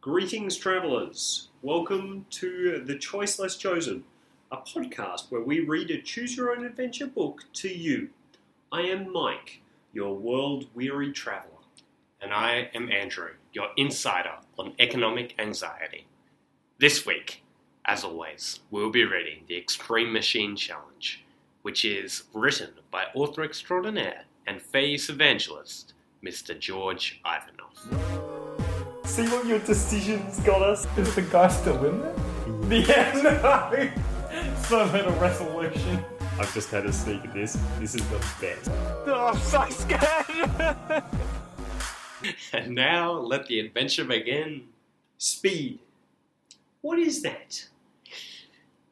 Greetings, travellers. Welcome to The Choice Less Chosen, a podcast where we read a choose your own adventure book to you. I am Mike, your world weary traveller. And I am Andrew, your insider on economic anxiety. This week, as always, we'll be reading The Extreme Machine Challenge, which is written by author extraordinaire and phase evangelist, Mr. George Ivanov. See what your decisions got us. Is the guy still in there? Yeah, no. So little resolution. I've just had a sneak at this. This is the best. Oh, I'm so scared. And now, let the adventure begin. Speed. What is that?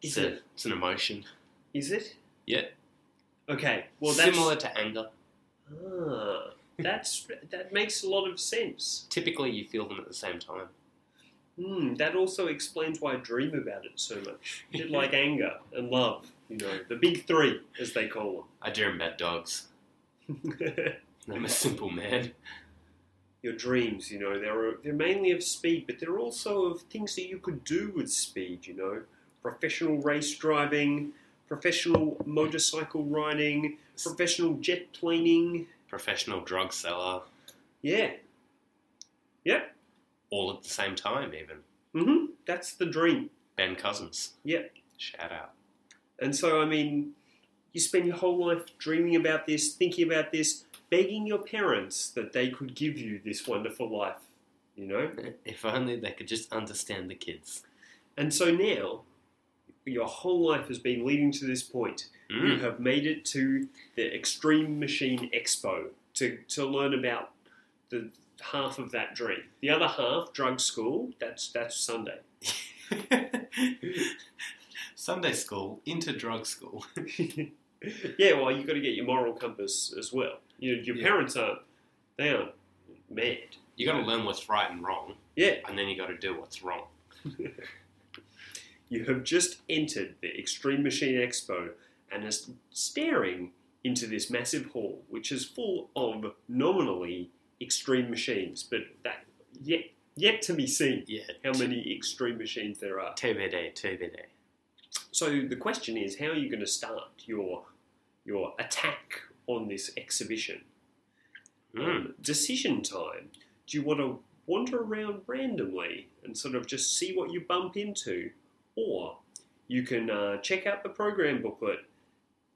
It's, a, it's an emotion. Is it? Yeah, Okay. Well, that's similar to anger. Ah, that's that makes a lot of sense. Typically, you feel them at the same time. Hmm. That also explains why I dream about it so much. A bit like anger and love, you know, the big three as they call I dream about dogs. them. I'm a simple man. your dreams. You know, they're they're mainly of speed, but they're also of things that you could do with speed. You know, professional race driving, professional motorcycle riding, professional jet planing. Professional drug seller, Yeah, yeah. all at the same time, even. Mm-hmm. That's the dream. Ben Cousins. Yeah. Shout out. And so, I mean, you spend your whole life dreaming about this, thinking about this, begging your parents that they could give you this wonderful life, you know? If only they could just understand the kids. And so now, your whole life has been leading to this point. Hmm. You have made it to the Extreme Machine Expo to, to learn about the half of that dream. The other half, drug school, that's, that's Sunday. Sunday school into drug school. yeah, well, you've got to get your moral compass as well. You, your Yeah. parents aren't, they aren't mad. You gotta learn what's right and wrong, Yeah, and then you gotta do what's wrong. you have just entered the Extreme Machine Expo and are s- staring into this massive hall, which is full of nominally extreme machines, but that yet yet to be seen Yeah. how many extreme machines there are. TBD, TBD. So the question is, how are you going to start your your attack on this exhibition? Mm. Um, decision time. Do you want to wander around randomly and sort of just see what you bump into? Or you can uh, check out the program booklet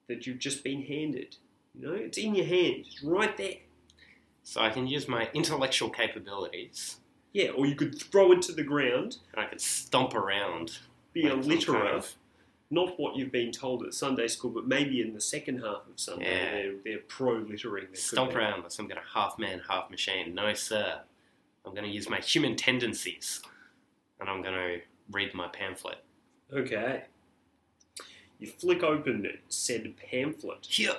that you've just been handed. You know, it's in your hand, it's right there. So I can use my intellectual capabilities, Yeah, or you could throw it to the ground, and I can stomp around. be a like some litter kind of, not what you've been told at Sunday school, but maybe in the second half of Sunday, Yeah. they're, they're pro littering. Stomp around like some kind of half man, half machine. No, sir. I'm gonna use my human tendencies, and I'm gonna read my pamphlet. Okay. You flick open said pamphlet. Yeah.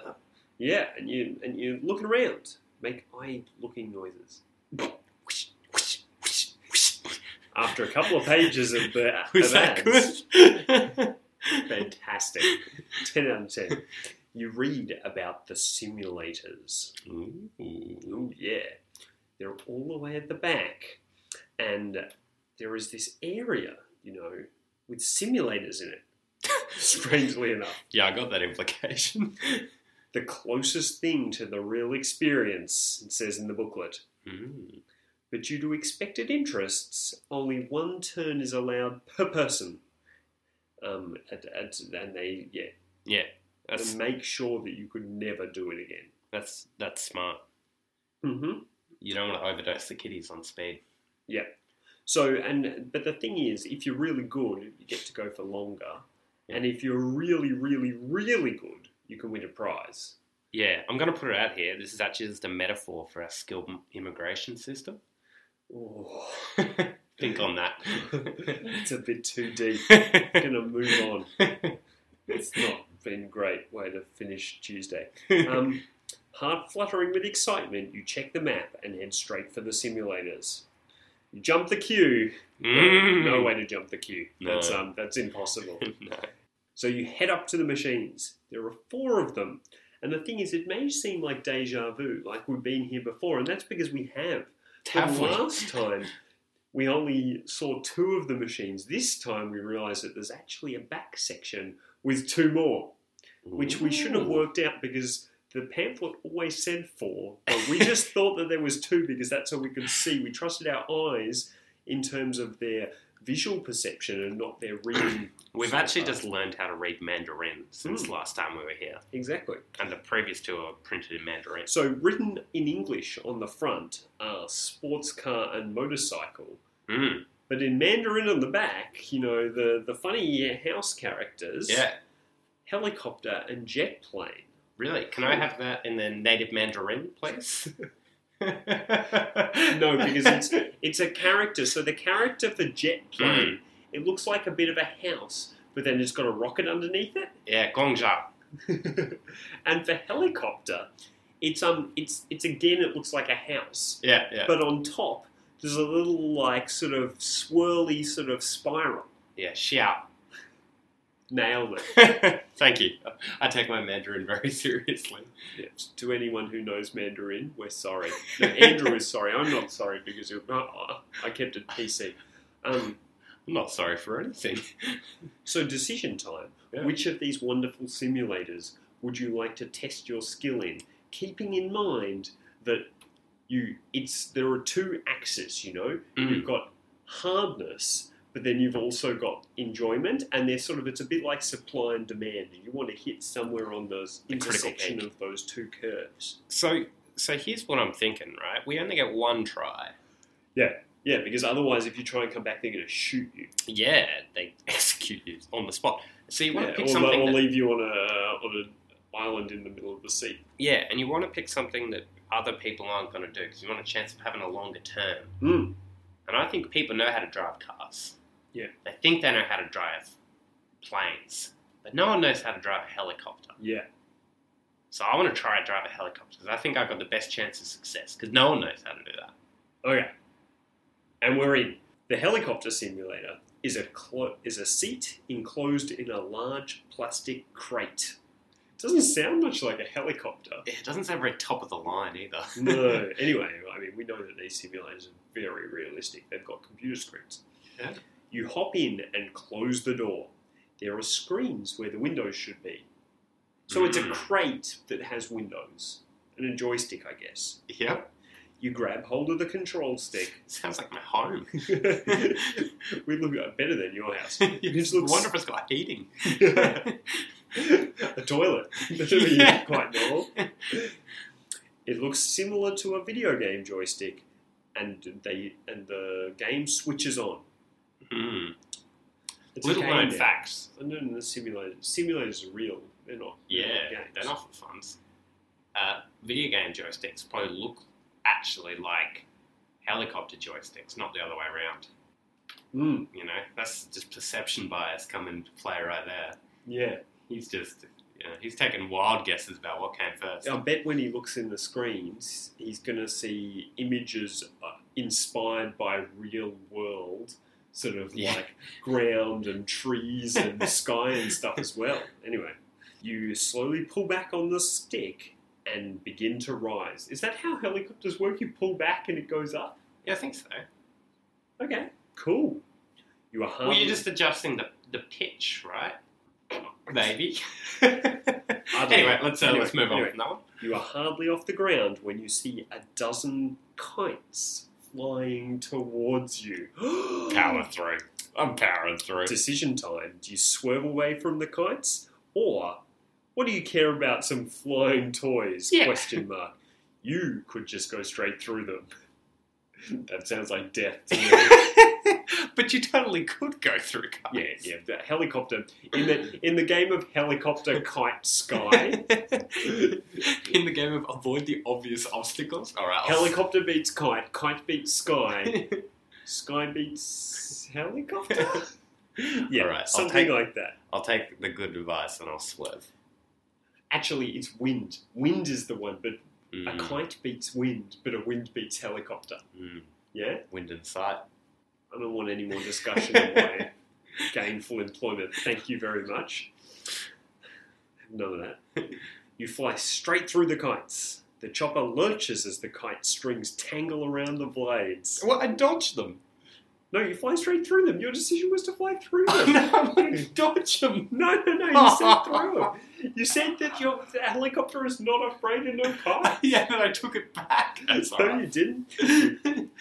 Yeah, and you and you look around, make eye looking noises. After a couple of pages of, the, Was of that ads, good? fantastic, ten out of ten. You read about the simulators. Ooh, yeah, they're all the way at the back, and there is this area, you know, with simulators in it. Strangely enough. Yeah, I got that implication. the closest thing to the real experience, it says in the booklet. Mm. But due to expected interests, only one turn is allowed per person. Um, at, at, and they yeah, Yeah, and that's make sure that you could never do it again. that's that's smart. Mm-hmm. You don't want to overdose the kiddies on speed. Yeah. So and but the thing is, if you're really good, you get to go for longer, Yeah. and if you're really, really, really good, you can win a prize. Yeah, I'm gonna put it out here. This is actually just a metaphor for our skilled m- immigration system. Oh, Think on that. it's a bit too deep. Gonna move on. It's not been a great way to finish Tuesday. Um, heart fluttering with excitement, you check the map and head straight for the simulators. You jump the queue. Mm. No way to jump the queue. No. That's um, that's impossible. Hmm. No. so you head up to the machines. There are four of them, and the thing is, it may seem like deja vu, like we've been here before, and that's because we have. But Have we? last time, We only saw two of the machines. This time we realised that there's actually a back section with two more, which we should have Ooh. worked out because the pamphlet always said four, but we just thought that there was two because that's all we could see. We trusted our eyes in terms of their visual perception and not their reading. We've so actually far. just learned how to read Mandarin since Hmm. last time we were here, exactly. and the previous two are printed in Mandarin. So, written in English on the front are sports car and motorcycle, Mm, but in Mandarin on the back, you know, the, the funny house characters, yeah, helicopter and jet plane. really. Can I have that in the native Mandarin, please? No, no, because it's it's a character. So the character for jet plane, it looks like a bit of a house, but then it's got a rocket underneath yeah, Gongja. it. and for helicopter, it's um it's it's again it looks like a house. Yeah, yeah, but on top there's a little like sort of swirly sort of spiral. yeah. Xiao. Nailed it. Thank you. I take my Mandarin very seriously. Yes. To anyone who knows Mandarin, we're sorry. No, Andrew is sorry. I'm not sorry because you're, oh, I kept it PC. Um, I'm not sorry for anything. so decision time. Yeah. Which of these wonderful simulators would you like to test your skill in? Keeping in mind that you, it's there are two axes. You know, Mm. you've got hardness, but then you've also got enjoyment, and they're sort of it's a bit like supply and demand, and you want to hit somewhere on those The critical intersection peak. of those two curves. So, so here's what I'm thinking. Right, we only get one try. Yeah, because otherwise, if you try and come back, they're going to shoot you, Yeah, they execute you on the spot. So you want yeah, to pick or, something. or That, leave you on a on an island in the middle of the sea. yeah, and you want to pick something that other people aren't going to do because you want a chance of having a longer term. Mm. And I think people know how to drive cars. Yeah. They think they know how to drive planes, but no one knows how to drive a helicopter. Yeah, So I want to try to drive a helicopter because I think I've got the best chance of success because no one knows how to do that. okay, and we're in the helicopter simulator. Is a clo- is a seat enclosed in a large plastic crate. Doesn't sound much like a helicopter. Yeah, It doesn't sound very top of the line either. no. Anyway, I mean, we know that these simulators are very realistic. They've got computer screens. Yeah. You hop in and close the door. There are screens where the windows should be. So it's a Mm. crate that has windows and a joystick, I guess. Yep. You grab hold of the control stick. Sounds like my home. we look better than your house. it's looks- wonder if it's got heating. a toilet. That would be Yeah. quite normal. It looks similar to a video game joystick, and they and the game switches on. Hmm. It's a Little game known now. facts. And then the simulator. Simulators are real. They're not. Yeah, games. they're not for funds. Uh, video game joysticks probably look actually like helicopter joysticks, not the other way around. Mm, You know, that's just perception bias coming to play right there. yeah. He's just, you know, he's taking wild guesses about what came first. I bet when he looks in the screens, he's going to see images uh, inspired by real world, sort of Yeah. like ground and trees and sky and stuff as well. Anyway, you slowly pull back on the stick and begin to rise. Is that how helicopters work? You pull back and it goes up? Yeah, I think so. Okay, cool. You are hard. well, you're just adjusting the, the pitch, right? Maybe. I don't anyway, know. let's uh, Anyway, let's move on anyway. from that one. You are hardly off the ground when you see a dozen kites flying towards you. Power through. I'm powering through. Decision time. Do you swerve away from the kites? Or what do you care about some flying toys? Yeah. Question mark. You could just go straight through them. That sounds like death to me. but you totally could go through cars. yeah, yeah. The helicopter in the in the game of helicopter kite sky, In the game of avoid the obvious obstacles. All right. I'll- helicopter beats kite, kite beats sky. Sky beats helicopter? yeah, All right, I'll something take- like that. I'll take the good advice and I'll swerve. Actually, it's wind. Wind is the one, but a Mm, kite beats wind, but a wind beats helicopter. mm, Yeah? wind in sight. I don't want any more discussion of my gainful employment. Thank you very much. None of that. You fly straight through the kites. The chopper lurches as the kite strings tangle around the blades. Well, I dodged them. No, you fly straight through them. Your decision was to fly through them. no, I'm gonna dodge them. No, no, no, you said through them. You said that your the helicopter is not afraid of no car. yeah, then I took it back. That's no, alright. you didn't.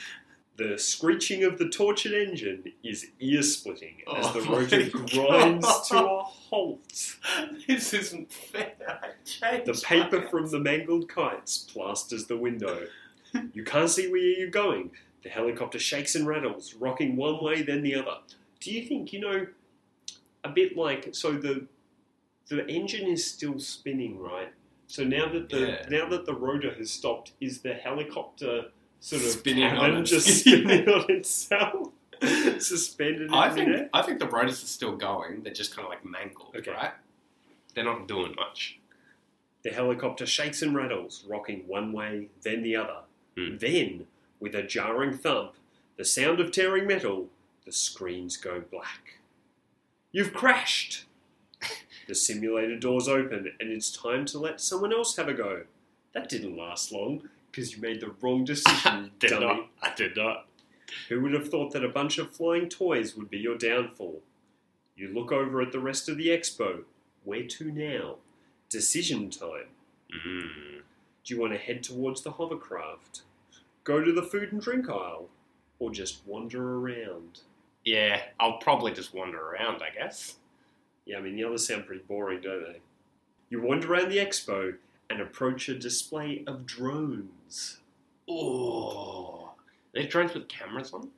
The screeching of the tortured engine is ear splitting as Oh the my rotor grinds to God. a halt. this isn't fair. I changed The paper from the mangled kites plasters the window. You can't see where you're going. The helicopter shakes and rattles, rocking one way then the other. Do you think, you know, a bit like so the the engine is still spinning, right? So now that the Yeah. now that the rotor has stopped, is the helicopter sort of Spinning on cannon it. just spinning on itself, suspended in I think midair? I think the rotors are still going. They're just kind of like mangled, Okay. right? They're not doing much. The helicopter shakes and rattles, rocking one way, then the other. Hmm. Mm. Then, with a jarring thump, the sound of tearing metal, the screens go black. You've crashed! the simulator doors open, and it's time to let someone else have a go. That didn't last long, because you made the wrong decision, Did dummy. not. I did not. Who would have thought that a bunch of flying toys would be your downfall? You look over at the rest of the expo. Where to now? Decision time. Hmm. Mm. Do you want to head towards the hovercraft? Go to the food and drink aisle? Or just wander around? Yeah, I'll probably just wander around. I guess. Yeah, I mean, the others sound pretty boring, don't they? You wander around the expo and approach a display of drones. Oh, they have drones with cameras on.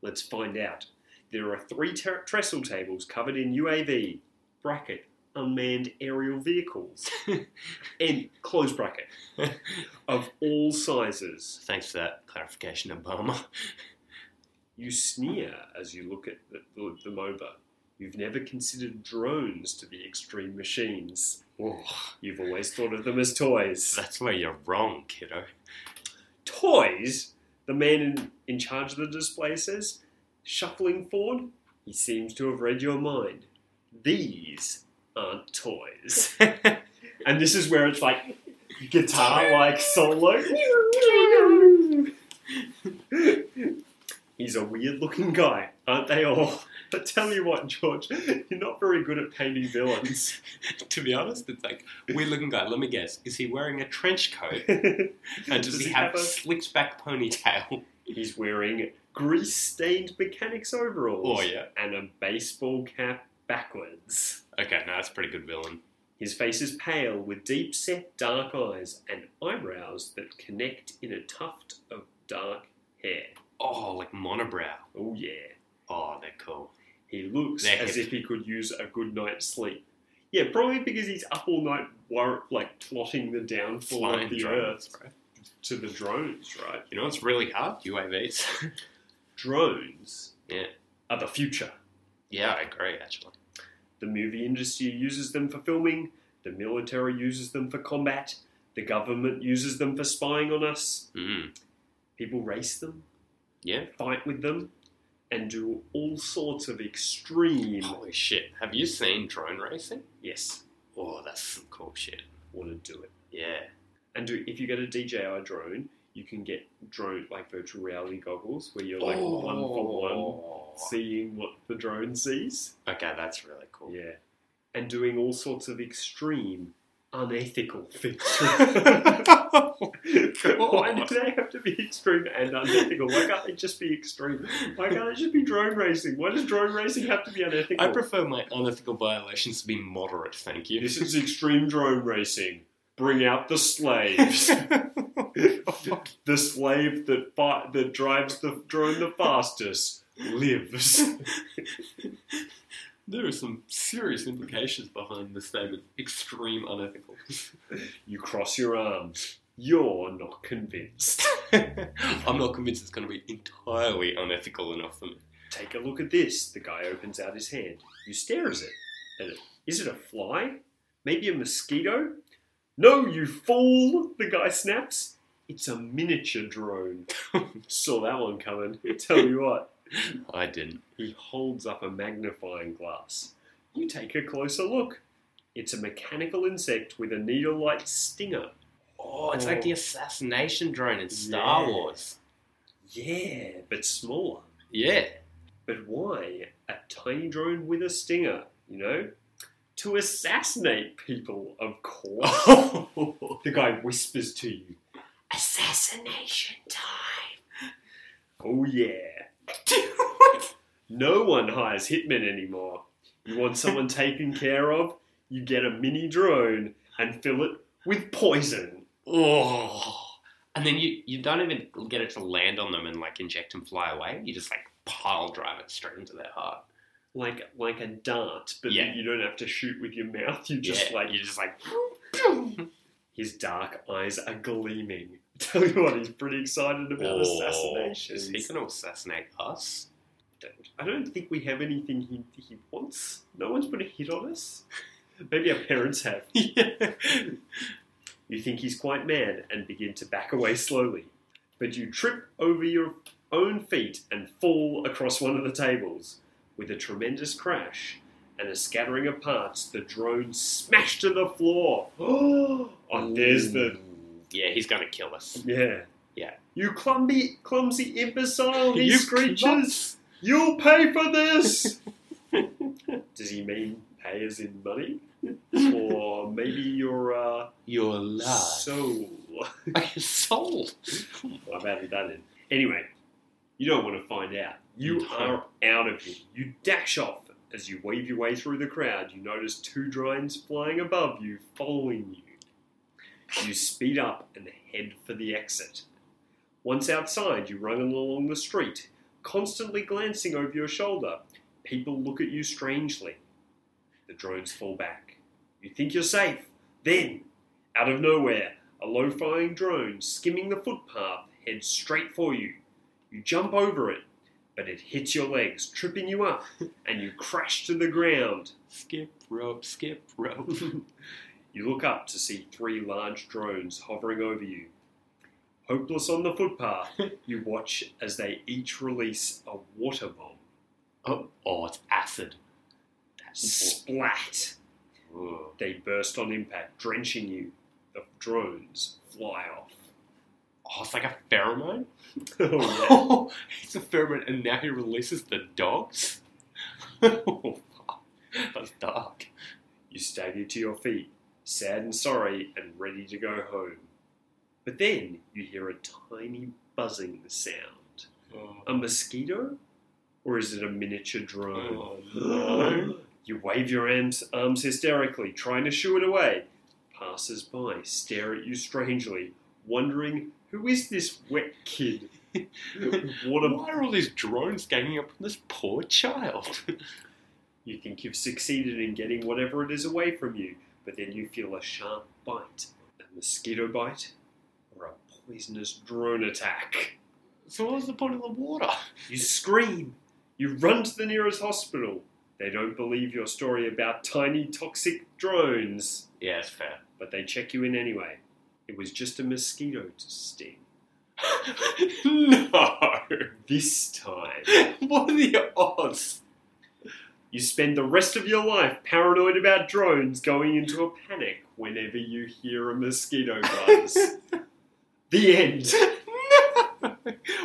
Let's find out. There are three ter- trestle tables covered in UAV, bracket, unmanned aerial vehicles, and close bracket, of all sizes. Thanks for that clarification, Obama. You sneer as you look at the, the, them over. You've never considered drones to be extreme machines. Oh, You've always thought of them as toys. that's where you're wrong, kiddo. Toys? The man in, in charge of the display says, shuffling forward. He seems to have read your mind. These aren't toys. and this is where it's like guitar like solo. He's a weird looking guy, aren't they all? But tell you what, George, you're not very good at painting villains. to be honest, it's like weird looking guy. Let me guess. Is he wearing a trench coat? And does, he, have, a slicked back ponytail? He's wearing grease stained mechanics overalls. Oh yeah. and a baseball cap backwards. Okay, no, that's a pretty good villain. His face is pale, with deep set dark eyes and eyebrows that connect in a tuft of dark hair. Oh, like monobrow. Oh, yeah. Oh, they're cool. He looks They're as hip. if he could use a good night's sleep. Yeah, probably because he's up all night, wor- like plotting the downfall Flying of the drones, earth bro. to the drones, right? You know it's really hard? UAVs. Drones Yeah. are the future. yeah, I agree, actually. The movie industry uses them for filming, the military uses them for combat, the government uses them for spying on us. Mm. People race them, Yeah. fight with them, and do all sorts of extreme. Holy shit. Have you seen drone racing? Yes, Oh, that's some cool shit. want to do it. Yeah. And do if you get a DJI drone, you can get drone like virtual reality goggles where you're like one for one, Oh. seeing what the drone sees. Okay, that's really cool. Yeah, and doing all sorts of extreme, unethical things. Why do they have to be extreme and unethical? Why can't they just be extreme? Why can't it just be drone racing? Why does drone racing have to be unethical? I prefer my unethical violations to be moderate, thank you. This is extreme drone racing. Bring out the slaves. the slave that fi- that drives the drone the fastest lives. there are some serious implications behind the statement extreme unethical. You cross your arms. You're not convinced. I'm not convinced it's going to be entirely unethical enough for me. Take a look at this. The guy opens out his hand. You stare at it. At it. Is it a fly? Maybe a mosquito? No, you fool! The guy snaps. It's a miniature drone. Saw that one coming. Tell you what. I didn't. He holds up a magnifying glass. You take a closer look. It's a mechanical insect with a needle like stinger. Oh, it's like the assassination drone in Star Yeah. Wars. Yeah, but smaller. Yeah. But why a tiny drone with a stinger, you know? To assassinate people, of course. the guy whispers to you, Assassination time! Oh, yeah. no one hires hitmen anymore. You want someone taken care of? You get a mini drone and fill it with poison. oh. And then you, you don't even get it to land on them and like inject and fly away. You just like pile drive it straight into their heart. Like like a dart, but Yeah. you don't have to shoot with your mouth. You just Yeah, like you're just like His dark eyes are gleaming. Tell you what, he's pretty excited about oh, assassinations. Is he gonna assassinate us? I don't think we have anything he, he wants. No one's put a hit on us. Maybe our parents have. You think he's quite mad and begin to back away slowly. But you trip over your own feet and fall across one of the tables. With a tremendous crash and a scattering of parts, the drone smashed to the floor. Oh, there's the Yeah, he's gonna kill us. Yeah. Yeah. You clumsy, clumsy imbecile, You these creatures! You'll pay for this! Does he mean pay as in money? Or maybe your uh, Your life. soul? soul. I've added that in. Anyway, you don't want to find out. You No. are out of here. You dash off. As you weave your way through the crowd, you notice two drones flying above you, following you. You speed up and head for the exit. Once outside, you run along the street, constantly glancing over your shoulder. People look at you strangely. The drones fall back. You think you're safe. Then, out of nowhere, a low flying drone skimming the footpath heads straight for you. You jump over it, but it hits your legs, tripping you up, and you crash to the ground. Skip rope, skip rope. You look up to see three large drones hovering over you. Hopeless on the footpath, you watch as they each release a water bomb. Oh, oh it's acid. Splat! Oh. They burst on impact, drenching you. The drones fly off. Oh, it's like a pheromone? Oh, yeah. Oh, it's a pheromone, and now he releases the dogs? oh, fuck. That's dark. You stagger to your feet, sad and sorry, and ready to go home. But then you hear a tiny buzzing sound. Oh, A mosquito? Or is it a miniature drone? oh, you wave your arms, arms hysterically, trying to shoo it away. Passers by stare at you strangely, wondering who is this wet kid? what a Why are all these drones ganging up on this poor child? You think you've succeeded in getting whatever it is away from you, but then you feel a sharp bite, a mosquito bite, or a poisonous drone attack. so what was the point of the water? You scream. You run to the nearest hospital. They don't believe your story about tiny toxic drones, Yeah, it's fair. but they check you in anyway. It was just a mosquito sting. no! This time. What are the odds? You spend the rest of your life paranoid about drones going into a panic whenever you hear a mosquito buzz. the end. no!